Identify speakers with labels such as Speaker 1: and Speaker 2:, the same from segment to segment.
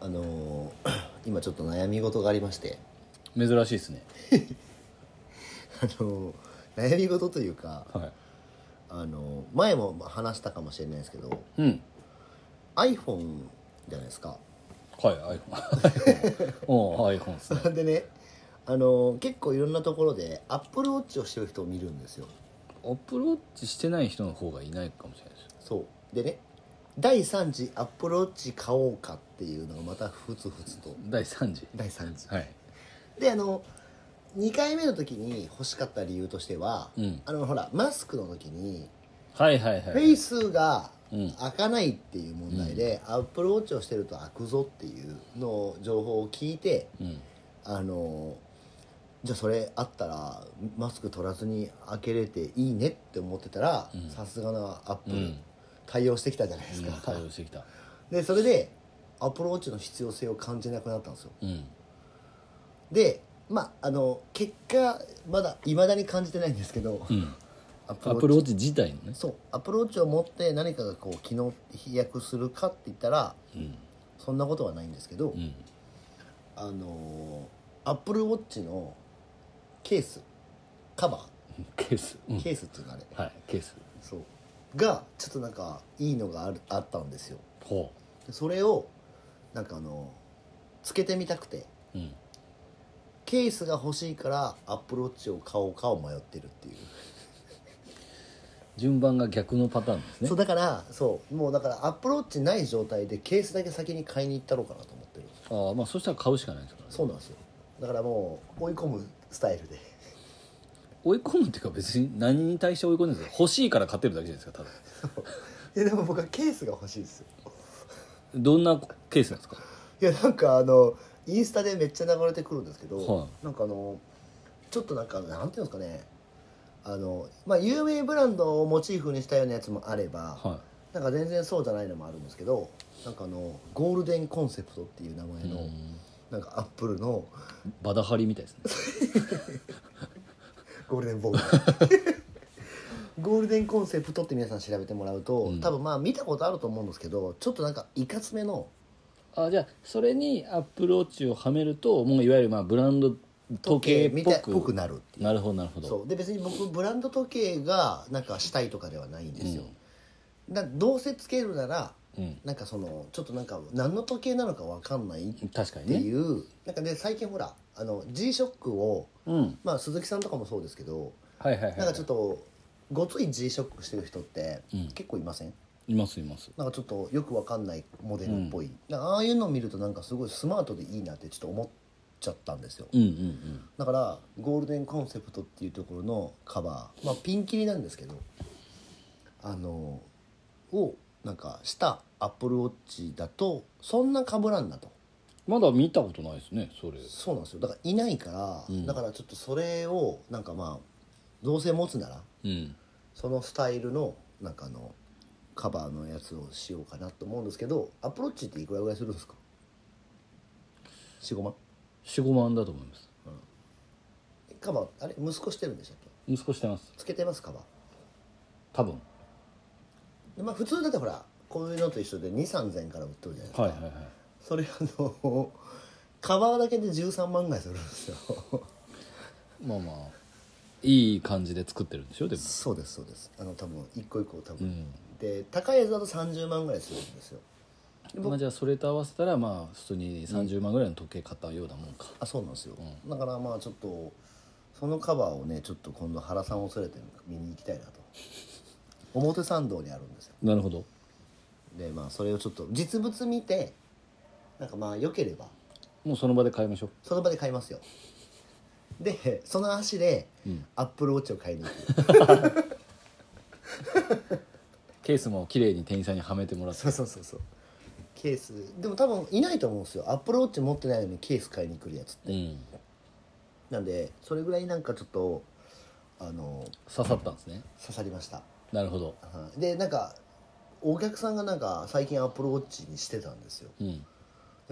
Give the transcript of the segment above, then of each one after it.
Speaker 1: あのー 今ちょっと悩み事がありまして
Speaker 2: 珍しいですね
Speaker 1: あのー悩み事というか
Speaker 2: は
Speaker 1: あのー前も話したかもしれないですけど
Speaker 2: いうん
Speaker 1: iPhone じゃないですか
Speaker 2: はい iPhone うん iPhone ですね
Speaker 1: でねあのー結構いろんなところで AppleWatch をしてる人を見るんですよ
Speaker 2: アプローチしてない人の方がいないかもしれないです
Speaker 1: そうでね第3次 AppleWatch 買おうかっていうのがまたふつふつと
Speaker 2: 第3次
Speaker 1: 第3次
Speaker 2: はい
Speaker 1: であの2回目の時に欲しかった理由としては、
Speaker 2: うん
Speaker 1: あのほらマスクの時に
Speaker 2: はいはい
Speaker 1: フ
Speaker 2: は
Speaker 1: ェ
Speaker 2: い
Speaker 1: イスが
Speaker 2: うん
Speaker 1: 開かないっていう問題で、アップルウォッチをしてると開くぞっていうのを情報を聞いて
Speaker 2: うん
Speaker 1: あのじゃあそれあったらマスク取らずに開けれていいねって思ってたら
Speaker 2: うん
Speaker 1: さすがのアップル、
Speaker 2: うん
Speaker 1: 対応してきたじゃないで
Speaker 2: う
Speaker 1: す
Speaker 2: ん
Speaker 1: か、
Speaker 2: 対応してきた
Speaker 1: でそれでアップルウォッチの必要性を感じなくなったんですよ
Speaker 2: うん
Speaker 1: でまああの結果まだいまだに感じてないんですけど、
Speaker 2: うん
Speaker 1: アップ
Speaker 2: ア
Speaker 1: ルウォ
Speaker 2: プ
Speaker 1: ッチ
Speaker 2: ローチ自体のね
Speaker 1: そうアプローチを持って何かがこう機能飛躍するかって言ったら
Speaker 2: うん
Speaker 1: そんなことはないんですけど、
Speaker 2: うん
Speaker 1: あのアップルウォッチのケースカバ
Speaker 2: ケースうん
Speaker 1: ーケースっていうのあれ、
Speaker 2: はいケース
Speaker 1: そうがちょっとなんかいいのがあるあったんですよ
Speaker 2: ほ
Speaker 1: でそれをなんかあのつけてみたくて
Speaker 2: ううん
Speaker 1: ケースが欲しいからアップルウォッチを買おうかを迷ってるっていう
Speaker 2: 順番が逆のパターンですね
Speaker 1: そうだからそうもうだからアップローチない状態でケースだけ先に買いに行ったろうかなと思ってる
Speaker 2: ああまあそしたら買うしかないですからね
Speaker 1: そうなんですよだからもう追い込むスタイル で
Speaker 2: 追い込むっていうか別に何に対して追い込んでるんですか欲しいから買ってるだけじゃないですかただ
Speaker 1: いやでも僕はケースが欲しいですよ
Speaker 2: どんなケースなんですか
Speaker 1: いやなんかあのインスタでめっちゃ流れてくるんですけど、
Speaker 2: は
Speaker 1: なんかあのちょっとなんかなんていうんですかねあのまあ有名ブランドをモチーフにしたようなやつもあれば、
Speaker 2: は
Speaker 1: なんか全然そうじゃないのもあるんですけどなんかあのゴールデンコンセプトっていう名前
Speaker 2: い
Speaker 1: の、なんかアップルの
Speaker 2: バダハリみたいですね
Speaker 1: ゴールデンボー ルゴールデンコンセプトって皆さん調べてもらうと、
Speaker 2: うん
Speaker 1: 多分まあ見たことあると思うんですけどちょっとなんかいかつめの
Speaker 2: あじゃあそれにアップルウォッチをはめるともういわゆるまあブランド時計っ
Speaker 1: み
Speaker 2: ぽ
Speaker 1: たいっ
Speaker 2: く
Speaker 1: ぽくなるっていう
Speaker 2: なるほどなるほど
Speaker 1: そうで別に僕ブランド時計がなんかしたいとかではないんですよ、だどうせつけるなら
Speaker 2: うん、
Speaker 1: なんかそのちょっとなんか何の時計なのかわかんないっ
Speaker 2: 確か
Speaker 1: て
Speaker 2: に
Speaker 1: い
Speaker 2: ね
Speaker 1: う、なんかで最近ほらあの G ショックを
Speaker 2: うん
Speaker 1: まあ鈴木さんとかもそうですけど
Speaker 2: はいはいはい
Speaker 1: なんかちょっとごつい G ショックしてる人って
Speaker 2: うん
Speaker 1: 結構いません
Speaker 2: いますいます
Speaker 1: なんかちょっとよくわかんないモデルっぽい、なんかああいうのを見るとなんかすごいスマートでいいなってちょっと思っちゃったんですよ、
Speaker 2: うんうんうん
Speaker 1: だからゴールデンコンセプトっていうところのカバー、まあ、ピンキリなんですけどあのをなんかしたアップルウォッチだとそんな被らんなと
Speaker 2: まだ見たことないですねそれ
Speaker 1: そうなんですよだからいないから、
Speaker 2: うん
Speaker 1: だからちょっとそれをなんかまあどうせ持つなら
Speaker 2: うん
Speaker 1: そのスタイルのなんかあのカバーのやつをしようかなと思うんですけどアプローチっていくらぐらいするんですか45万
Speaker 2: 45万だと思います
Speaker 1: カバーあれ息子してるんでしたっけ
Speaker 2: 息子してます
Speaker 1: つけてますカバー
Speaker 2: 多分
Speaker 1: でまあ普通だってほらこういうのと一緒で2 3 0 0 0から売ってるじゃないですか、
Speaker 2: はいはいはい
Speaker 1: それあのカバーだけで13万ぐらいするんですよ
Speaker 2: まあまあいい感じで作ってるんでしょでも
Speaker 1: そうですそうですあの多分一個一個多
Speaker 2: う
Speaker 1: 分、
Speaker 2: ん
Speaker 1: で高いやつだと30万ぐらいするんですよ
Speaker 2: まあ、じゃあそれと合わせたらまあ普通に30万ぐらいの時計買ったようなもんか、
Speaker 1: あそうなんですよ、
Speaker 2: う
Speaker 1: だからまあちょっとそのカバーをねちょっと今度原さんを連れて見に行きた いなと表参道にあるんですよ
Speaker 2: なるほど
Speaker 1: でまあそれをちょっと実物見てなんかまあ良ければ
Speaker 2: もうその場で買いましょ
Speaker 1: その場で買いますよでその足で
Speaker 2: う、うん、
Speaker 1: アップルウォッチを買いに行く
Speaker 2: ケースも綺麗に店員さんにはめてもらって
Speaker 1: そうそうそうそうケースでも多分いないと思うんですよアップルウォッチ持ってないのにケース買いに来るやつって
Speaker 2: うん
Speaker 1: なんでそれぐらいなんかちょっとあの
Speaker 2: 刺さったんですね
Speaker 1: 刺さりました、
Speaker 2: なるほど
Speaker 1: はいでなんかお客さんがなんか最近アップルウォッチにしてたんですよ
Speaker 2: うん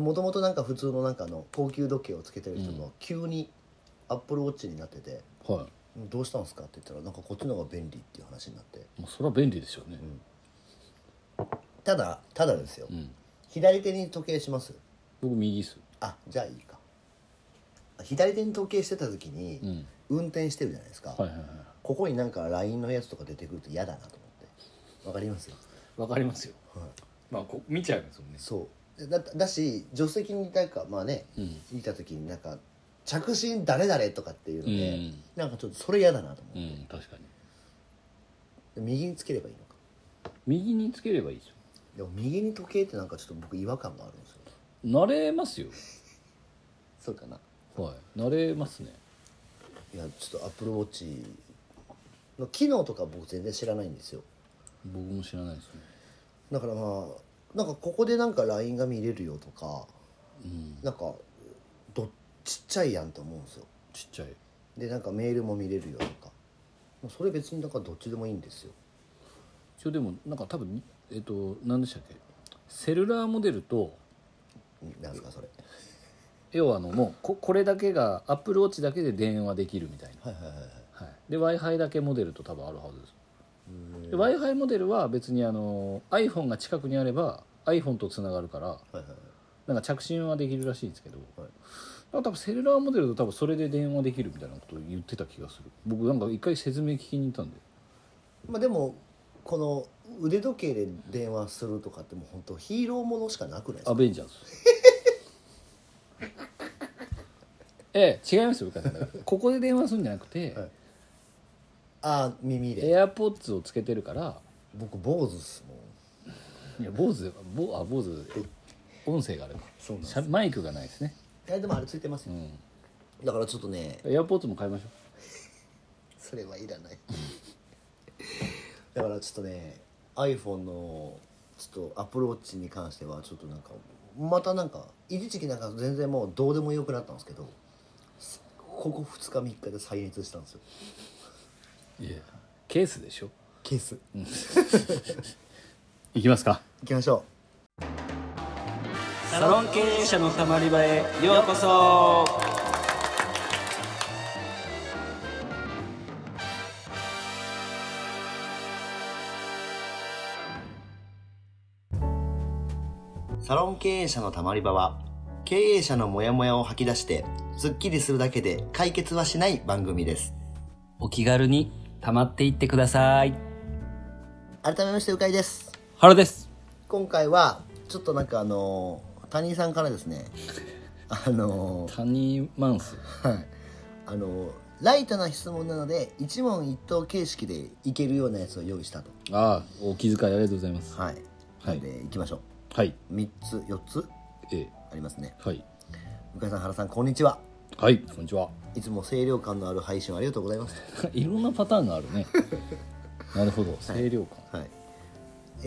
Speaker 1: もともとなんか普通のなんかあの高級時計をつけてる人も急にアップルウォッチになってて
Speaker 2: は
Speaker 1: 「どうしたんですか?」って言ったらなんかこっちの方が便利っていう話になって
Speaker 2: いもうそれは便利でしょうね
Speaker 1: ただただですよ
Speaker 2: うん
Speaker 1: 左手に時計します
Speaker 2: 僕右っす
Speaker 1: あじゃあいいか左手に時計してた時に、
Speaker 2: うん
Speaker 1: 運転してるじゃないですか、
Speaker 2: はいはいはい
Speaker 1: ここになんか LINE のやつとか出てくると嫌だなと思ってわかりますよ
Speaker 2: わかりますよ
Speaker 1: はい
Speaker 2: まあこ見ちゃいますもんね
Speaker 1: そうだだし助手席にいたかまあね、いた時になんか着信誰々とかっていうので、
Speaker 2: うん
Speaker 1: なんかちょっとそれ嫌だなと思
Speaker 2: う
Speaker 1: っ
Speaker 2: ん確かに
Speaker 1: て、右につければいいのか
Speaker 2: 右につければいいですよ
Speaker 1: でも右に時計ってなんかちょっと僕違和感があるんですよ
Speaker 2: 慣れますよ
Speaker 1: そうかな
Speaker 2: はい慣れますね
Speaker 1: いやちょっとアップルウォッチの機能とか僕全然知らないんですよ
Speaker 2: 僕も知らないですね
Speaker 1: だからまあなんかここでなんか LINE が見れるよとか
Speaker 2: うん
Speaker 1: なんかどちっちゃいやんと思うんですよ
Speaker 2: ちっちゃい
Speaker 1: でなんかメールも見れるよとかもうそれ別になんかどっちでもいいんですよ
Speaker 2: 一応でもなんか多分えっと何でしたっけセルラーモデルと
Speaker 1: んなんですかそれ
Speaker 2: 要はあのもうここれだけがアップルウォッチだけで電話できるみたいな
Speaker 1: はいはいはいはい
Speaker 2: はい、で w i f i だけモデルと多分あるはずです w i f i モデルは別にあの iPhone が近くにあれば iPhone とつながるから
Speaker 1: はいはいはい
Speaker 2: なんか着信はできるらしいんですけど、
Speaker 1: はい
Speaker 2: なんか多分セルラーモデルと多分それで電話できるみたいなことを言ってた気がする僕なんか一回説明聞きに行ったんで
Speaker 1: まあでもこの腕時計で電話するとかってもう本当ヒーローものしかなくないです
Speaker 2: ア
Speaker 1: か
Speaker 2: ベンジャ ーズええ違いますよ深井さんだからここで電話するんじゃなくて、
Speaker 1: はいああ耳で
Speaker 2: AirPods をつけてるから
Speaker 1: 僕坊主っすもん
Speaker 2: いや坊主ぼあ坊主音声があるか
Speaker 1: そうなんです
Speaker 2: しゃマイクがないですね
Speaker 1: いやでもあれついてますよ、だからちょっとね
Speaker 2: エアポーツも買いましょ
Speaker 1: それはいらないだからちょっとね iPhone のちょっとアプローチに関してはちょっとなんかまたなんか一時期なんか全然もうどうでもよくなったんですけどすここ2日3日で再熱したんですよ
Speaker 2: ういやケースでしょ
Speaker 1: ケース行
Speaker 2: いきますか
Speaker 1: きましょ
Speaker 3: サロン経営者のたまり場へようこそ
Speaker 1: うサロン経営者のたまり場は経営者のモヤモヤを吐き出してスッキリするだけで解決はしない番組です
Speaker 3: お気軽にたまっていってください
Speaker 1: 改めましてうかいです
Speaker 3: 原です
Speaker 1: 今回はちょっとなんかあの谷井さんからですねあの
Speaker 2: タニーマンス
Speaker 1: はい、あのライトな質問なので一問一答形式でいけるようなやつを用意したと
Speaker 2: ああお気遣いありがとうございます
Speaker 1: はい、な
Speaker 2: はい
Speaker 1: んでいきましょ
Speaker 2: はい、
Speaker 1: う3つ4つ
Speaker 2: ええ
Speaker 1: ありますね
Speaker 2: はい
Speaker 1: 向井さん原さんこんにちは
Speaker 2: はいこんにちは
Speaker 1: いつも清涼感のある配信をありがとうございます、
Speaker 2: いろんなパターンがあるね なるほど 清涼感、
Speaker 1: はい、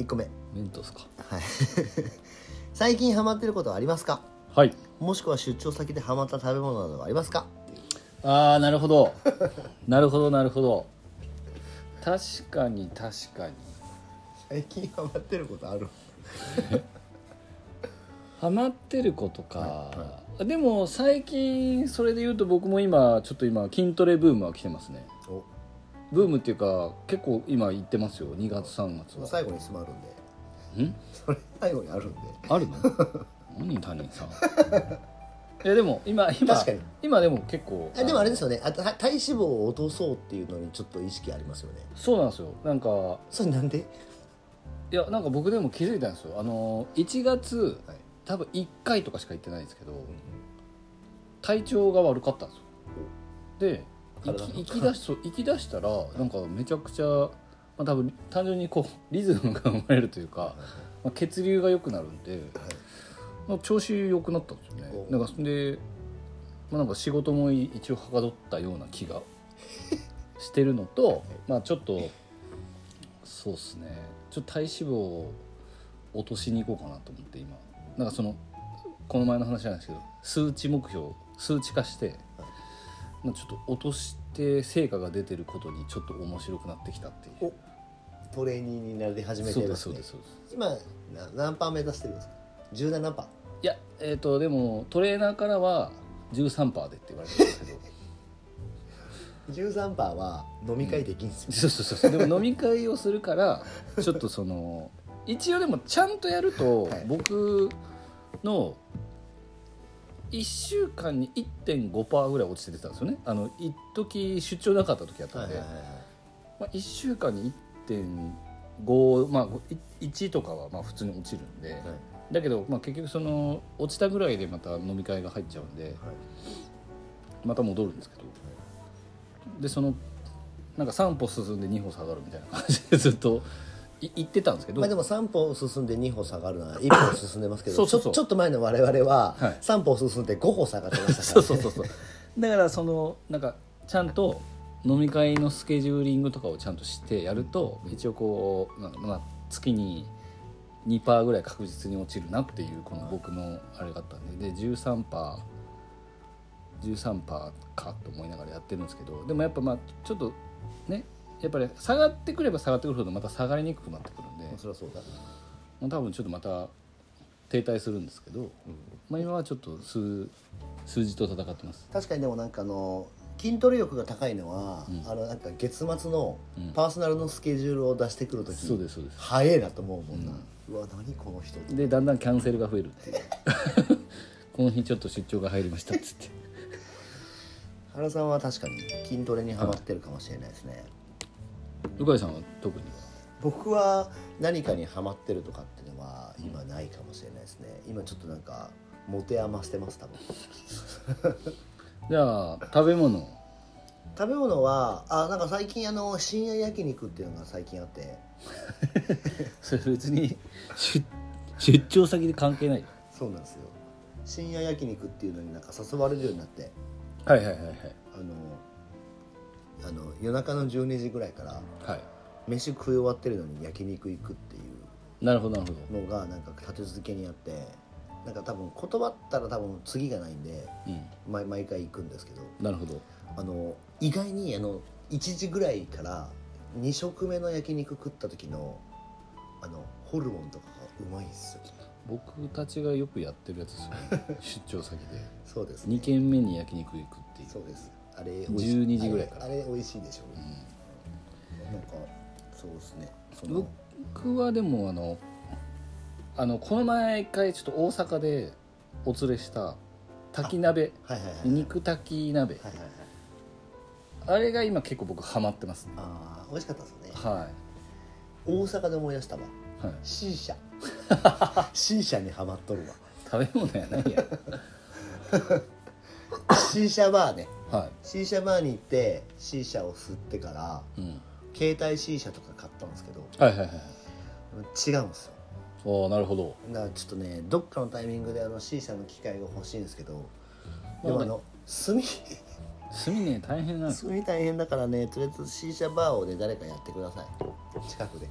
Speaker 1: 1個目、はい、
Speaker 2: メントスか
Speaker 1: 最近ハマってることはありますか
Speaker 2: はい
Speaker 1: もしくは出張先でハマった食べ物などはありますか
Speaker 2: ああなるほ どなるほどなるほど確かに確かに
Speaker 1: 最近ハマってることある
Speaker 2: ハマってることか、でも最近それで言うと僕も今ちょっと今筋トレブームは来てますね
Speaker 1: お
Speaker 2: ブームっていうか結構今行ってますよ2月3月
Speaker 1: その
Speaker 2: は
Speaker 1: 最後に質問あるんで
Speaker 2: ん
Speaker 1: それ最後にあるんで
Speaker 2: あるの何他人さんいやでも今今
Speaker 1: 確かに
Speaker 2: 今でも結構
Speaker 1: あでもあれですすよねあた体脂肪を落とそうっていうのにちょっと意識ありますよね
Speaker 2: そうなんですよなんか
Speaker 1: それなんで
Speaker 2: いやなんか僕でも気づいたんですよあの1月
Speaker 1: はい
Speaker 2: 多分1回とかしか行ってないんですけど、体調が悪かったんですよで行
Speaker 1: 体の
Speaker 2: き行き出しそう行き出したらなんかめちゃくちゃ、まあ、多分単純にこうリズムが生まれるというか、まあ、血流が良くなるんで、まあ、調子良くなったんですよね
Speaker 1: お
Speaker 2: なんかそんで、まあ、なんか仕事も一応はかどったような 気がしてるのと、まあ、ちょっとそうですねちょっと体脂肪を落としに行こうかなと思って今なんかそのこの前の話なんですけど数値目標数値化して、まあちょっと落として成果が出てることにちょっと面白くなってきたっていう
Speaker 1: トレーニーになり始めて
Speaker 2: そう
Speaker 1: るん
Speaker 2: で
Speaker 1: ですす、
Speaker 2: そう
Speaker 1: ね
Speaker 2: で、すそうです
Speaker 1: 今な何パー目指してるんですか17パー
Speaker 2: いやえっ、とでもトレーナーからは13%でって言われてるんですけ ど
Speaker 1: 13パーは飲み会できんすよ、
Speaker 2: そうそうそうそうでも飲み会をするからちょっとその一応でもちゃんとやると、
Speaker 1: はい
Speaker 2: 僕の1週間に1.5%ぐらい落ちて出てたんですよねあの一時出張なかった時あった
Speaker 1: は
Speaker 2: ん
Speaker 1: い
Speaker 2: で、
Speaker 1: はいはいはい
Speaker 2: まあ、1週間に1.5まあい1とかはまあ普通に落ちるんで、
Speaker 1: はい
Speaker 2: だけど、まあ、結局その落ちたぐらいでまた飲み会が入っちゃうんでまた戻るんですけどでそのなんか3歩進んで2歩下がるみたいな感じでずっとい行ってたんですけど、
Speaker 1: まあでも3歩進んで2歩下がるなら1歩進んでますけど
Speaker 2: そうそうそう
Speaker 1: ちょちょっと前の我々は
Speaker 2: はい
Speaker 1: 3歩進んで5歩下がってましたから、
Speaker 2: そうそうそうそうだからそのなんかちゃんと飲み会のスケジューリングとかをちゃんとしてやると一応こうなんかまあ月に2%ぐらい確実に落ちるなっていうこの僕のあれがあったんでで 13%13% かと思いながらやってるんですけどでもやっぱまあちょっとねやっぱり下がってくれば下がってくるほどまた下がりにくくなってくるんで
Speaker 1: まあそりゃそうだ
Speaker 2: もう多分ちょっとまた停滞するんですけど、まあ、今はちょっと数数字と戦ってます。
Speaker 1: 確かにでもなんかあの筋トレ力が高いのは、あのなんか月末のパーソナルのスケジュールを出してくるとき、
Speaker 2: そうですそうです
Speaker 1: 早えなと思うもんな、うわ何この人
Speaker 2: でだんだんキャンセルが増えるっていう この日ちょっと出張が入りましたっつって
Speaker 1: 原さんは確かに筋トレにハマってるかもしれないですね、
Speaker 2: 鵜飼さんは特に
Speaker 1: 僕は何かにハマってるとかっていうのは今ないかもしれないですね今ちょっとなんか持て余してます多分
Speaker 2: じゃあ食べ物
Speaker 1: 食べ物はあなんか最近あの深夜焼肉っていうのが最近あって
Speaker 2: それ別に出出張先で関係ないよ
Speaker 1: そうなんですよ深夜焼肉っていうのになんか誘われるようになって
Speaker 2: はいはいはいはい
Speaker 1: あのあの夜中の12時ぐらいから
Speaker 2: は
Speaker 1: 飯食い終わってるのに焼肉行くってい
Speaker 2: いなるほどなるほど
Speaker 1: うのがなんか立て続けにあってなんか多分断ったら多分次がないんで
Speaker 2: うん
Speaker 1: 毎毎回行くんですけど
Speaker 2: なるほど
Speaker 1: あの意外にあの1時ぐらいから2食目の焼肉食った時のあのホルモンとかがうまいんですよ
Speaker 2: 僕たちがよくやってるやつですよね 出張先で
Speaker 1: そうですね
Speaker 2: 2軒目に焼肉行くっていう
Speaker 1: そうですあれ
Speaker 2: 12時ぐらいから
Speaker 1: あれあれ美味しいでしょ、なんかそうですねその
Speaker 2: 僕はでもあのあのこの前一回ちょっと大阪でお連れした炊き鍋
Speaker 1: はいはいはいはい
Speaker 2: 肉炊き鍋
Speaker 1: はいはい
Speaker 2: あれが今結構僕ハマってますね
Speaker 1: ああ美味しかったですよね
Speaker 2: は
Speaker 1: 大阪で思い出したわ
Speaker 2: い、はい、
Speaker 1: C 社 C 社にハマっとる
Speaker 2: 食べ物やな いや
Speaker 1: わ C 社バーね
Speaker 2: は
Speaker 1: C 社バーに行って C 社を吸ってから
Speaker 2: い、うん、
Speaker 1: 携帯 C 社とか買ったんですけど
Speaker 2: はいはいはい
Speaker 1: 違うんですよ
Speaker 2: おーなるほど
Speaker 1: だからちょっとねどっかのタイミングであの C 社の機械が欲しいんですけど
Speaker 2: まあね
Speaker 1: でもあの炭
Speaker 2: 炭ね大変なんです
Speaker 1: 炭大変だからねとりあえず C 社バーをね誰かやってください近くで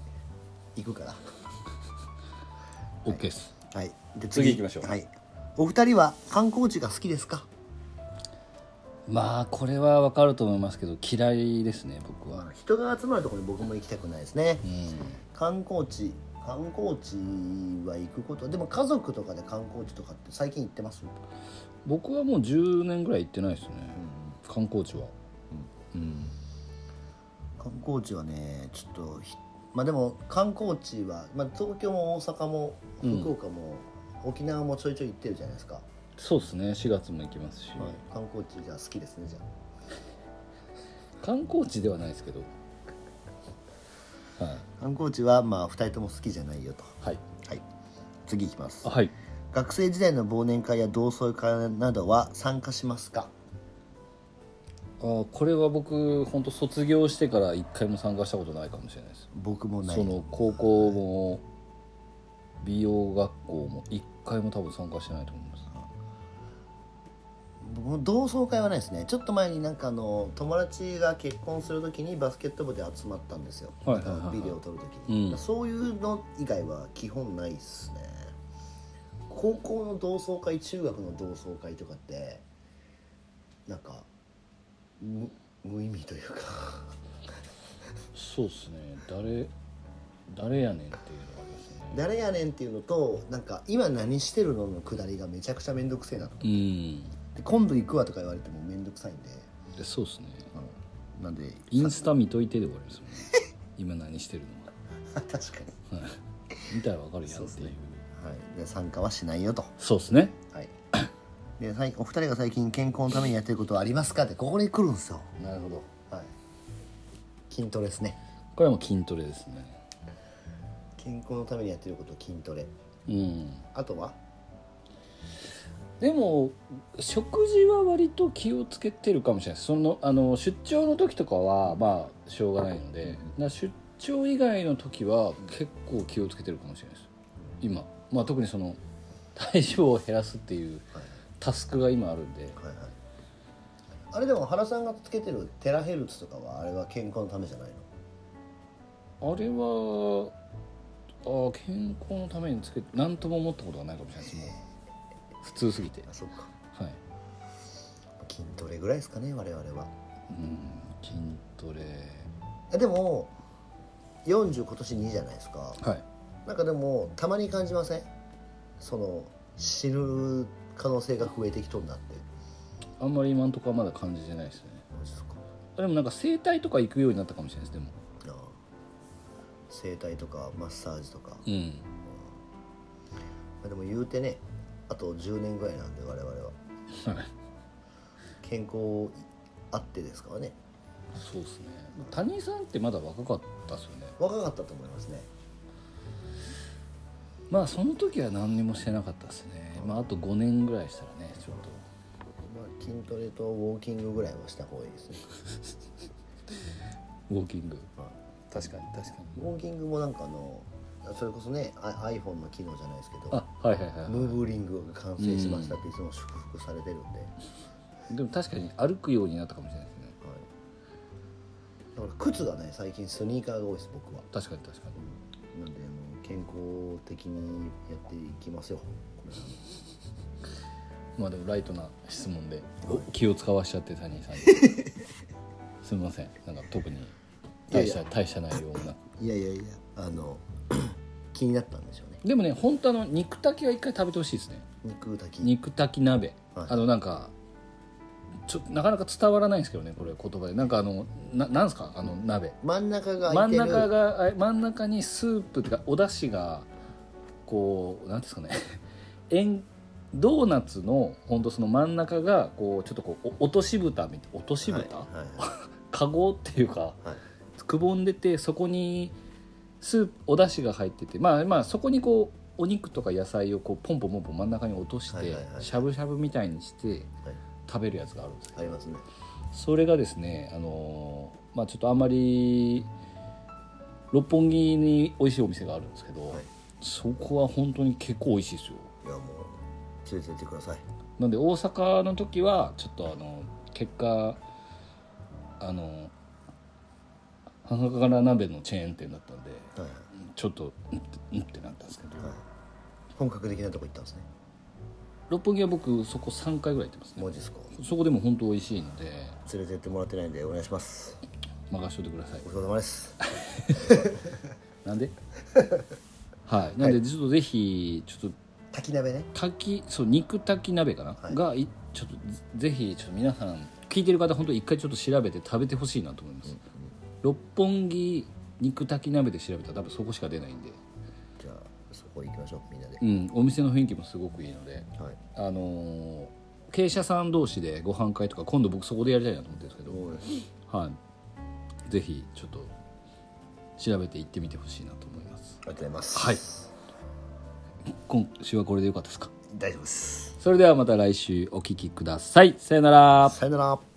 Speaker 1: 行くから
Speaker 2: オッケーです
Speaker 1: はいで
Speaker 2: 次行きましょう
Speaker 1: はい、お二人は観光地が好きですか
Speaker 2: まあこれは分かると思いますけど嫌いですね僕は
Speaker 1: 人が集まるところに僕も行きたくないですね、
Speaker 2: うん
Speaker 1: 観光地観光地は行くことでも家族とかで観光地とかって最近行ってます
Speaker 2: 僕はもう10年ぐらい行ってないですね観光地はうん
Speaker 1: 観光地はねちょっとひまあでも観光地は、まあ、東京も大阪も
Speaker 2: うん
Speaker 1: 福岡も、沖縄もちょいちょい行ってるじゃないですか、
Speaker 2: そうですね4月も行きますし、
Speaker 1: 観光地が好きですねじゃあ
Speaker 2: 観光地ではないですけどはい
Speaker 1: 観光地はまあ2人とも好きじゃないよと
Speaker 2: はい
Speaker 1: はい次行きます
Speaker 2: あはい
Speaker 1: 学生時代の忘年会や同窓会などは参加しますか
Speaker 2: あーこれは僕本当卒業してから一回も参加したことないかもしれないです
Speaker 1: 僕もない
Speaker 2: その高校も美容学校も一回も多分参加してないと思います
Speaker 1: 僕も同窓会はないですねちょっと前になんかあの友達が結婚するときにバスケット部で集まったんですよ、
Speaker 2: はいはいはいはい
Speaker 1: ビデオを撮るときに、
Speaker 2: うん
Speaker 1: そういうの以外は基本ないですね高校の同窓会中学の同窓会とかってなんか無無意味というか
Speaker 2: そうですね誰誰やねんっていうのがありますね
Speaker 1: 誰やねんっていうのとなんか今何してるののくだりがめちゃくちゃ面倒くせえなと
Speaker 2: うん
Speaker 1: で今度行くわとか言われても面倒くさいんで、
Speaker 2: でそうですね
Speaker 1: なんで
Speaker 2: インスタ見といてで終わりますもんね 今何してるのか
Speaker 1: 確かに
Speaker 2: 見たらわかるやんっていう
Speaker 1: はい、で参加はしないよと、
Speaker 2: そうですね
Speaker 1: はい、でさいお二人が最近健康のためにやってることはありますかってここに来るんですよ、
Speaker 2: なるほど
Speaker 1: はい、筋トレですね
Speaker 2: これはもう筋トレですね
Speaker 1: 健康のためにやってること筋トレ
Speaker 2: うん
Speaker 1: あとは
Speaker 2: でも食事は割と気をつけてるかもしれないですそのあの出張の時とかはまあしょうがないので、だから出張以外の時は結構気をつけてるかもしれないです今、まあ、特にその体脂肪を減らすっていうタスクが今あるんで
Speaker 1: はいはいあれでも原さんがつけてるテラヘルツとかはあれは健康のためじゃないの
Speaker 2: あれはああ健康のためにつけて何とも思ったことがないかもしれないですもう普通すぎて
Speaker 1: あそっか
Speaker 2: はい
Speaker 1: 筋トレぐらいですかね我々は
Speaker 2: うん筋トレ
Speaker 1: えでも40今年2じゃないですか
Speaker 2: はい
Speaker 1: なんかでもたまに感じませんその死ぬ可能性が増えてきとんなって
Speaker 2: あんまり今んとこはまだ感じてないですね
Speaker 1: マジですか
Speaker 2: でもなんか整体とか行くようになったかもしれないですでも
Speaker 1: ああ整体とかマッサージとか、ま
Speaker 2: うん
Speaker 1: あでも言うてねあと10年ぐらいなんで我々は健康あってですからね
Speaker 2: そうですね谷井さんってまだ若かったですよね
Speaker 1: 若かったと思いますね
Speaker 2: まあその時は何にもしてなかったですねまああと5年ぐらいしたらねちょっ
Speaker 1: まあ筋トレとウォーキングぐらいはした方がいいですね
Speaker 2: とウォーキング
Speaker 1: は
Speaker 2: 確かに確かに
Speaker 1: ウォーキングもなんかあのそれこそねあ iPhone の機能じゃないですけど
Speaker 2: あはいはいはい
Speaker 1: ムーブリングが完成しましたっていつも祝福されてるんで、はい、
Speaker 2: でも確かに歩くようになったかもしれないですね
Speaker 1: だから靴がね最近スニーカーが多いです僕は
Speaker 2: 確かに確かに
Speaker 1: なんであの健康的にやっていきますよこれは
Speaker 2: まあでもライトな質問で気を使わしちゃって谷井さんに すみませんなんか特に大した大した内容もなく
Speaker 1: いやいやいやあの 気になったんでしょうね
Speaker 2: でもね本当あの肉炊きは一回食べてほしいですね
Speaker 1: 肉炊き
Speaker 2: 肉炊き鍋、
Speaker 1: はい
Speaker 2: あのなんかちょなかなか伝わらないんですけどねこれ言葉でなんかあのななんですかあの鍋
Speaker 1: 真ん中が
Speaker 2: 真
Speaker 1: 空い
Speaker 2: ん
Speaker 1: てる
Speaker 2: 中があ真ん中にスープとかお出汁がこうなんですかね 円ドーナツの本当その真ん中がこうちょっとこうお落とし蓋みたい落とし蓋、
Speaker 1: はいはい
Speaker 2: カゴっていうか
Speaker 1: はい
Speaker 2: くぼんでてそこにスープお出汁が入っててまあまあそこにこうお肉とか野菜をこうポンポンポンポン真ん中に落とし
Speaker 1: はい
Speaker 2: て
Speaker 1: はいはい
Speaker 2: しゃぶしゃぶみたいにして
Speaker 1: はい
Speaker 2: 食べるやつがあるんですよ
Speaker 1: ありますね
Speaker 2: それがですねあのーまあちょっとあんまり六本木に美味しいお店があるんですけど、
Speaker 1: はい
Speaker 2: そこは本当に結構美味しいですよ
Speaker 1: いやもう連れてってください
Speaker 2: なんで大阪の時はちょっとあの結果あの母から鍋のチェーン店だったんで
Speaker 1: はいはい
Speaker 2: ちょっとうんってうんってなったんですけど
Speaker 1: はい、本格的なとこ行ったんですね
Speaker 2: 六本木は僕そこ3回ぐらい行ってますね
Speaker 1: マジですか
Speaker 2: そこでも本当美味しいので
Speaker 1: 連れてってもらってないんでお願いします
Speaker 2: 任しといてください
Speaker 1: お疲れ様です
Speaker 2: なんではいなんでちょっとぜひちょっと
Speaker 1: 炊き鍋ね
Speaker 2: 炊きそう肉炊き鍋かな、
Speaker 1: はい
Speaker 2: がいちょっとぜひちょっと皆さん聞いてる方本当一回ちょっと調べて食べてほしいなと思います、六本木肉炊き鍋で調べたら多分そこしか出ないんで、
Speaker 1: じゃあそこ行きましょうみんなで、
Speaker 2: うん、お店の雰囲気もすごくいいので
Speaker 1: はい
Speaker 2: あのー経営者さん同士でご飯会とか今度僕そこでやりたいなと思ってるんですけど、はい、ぜひちょっと調べて行ってみてほしいなと思います
Speaker 1: ありがとうございます
Speaker 2: はい今週はこれでよかったですか
Speaker 1: 大丈夫です
Speaker 2: それではまた来週お聞きくださいさよなら
Speaker 1: さよなら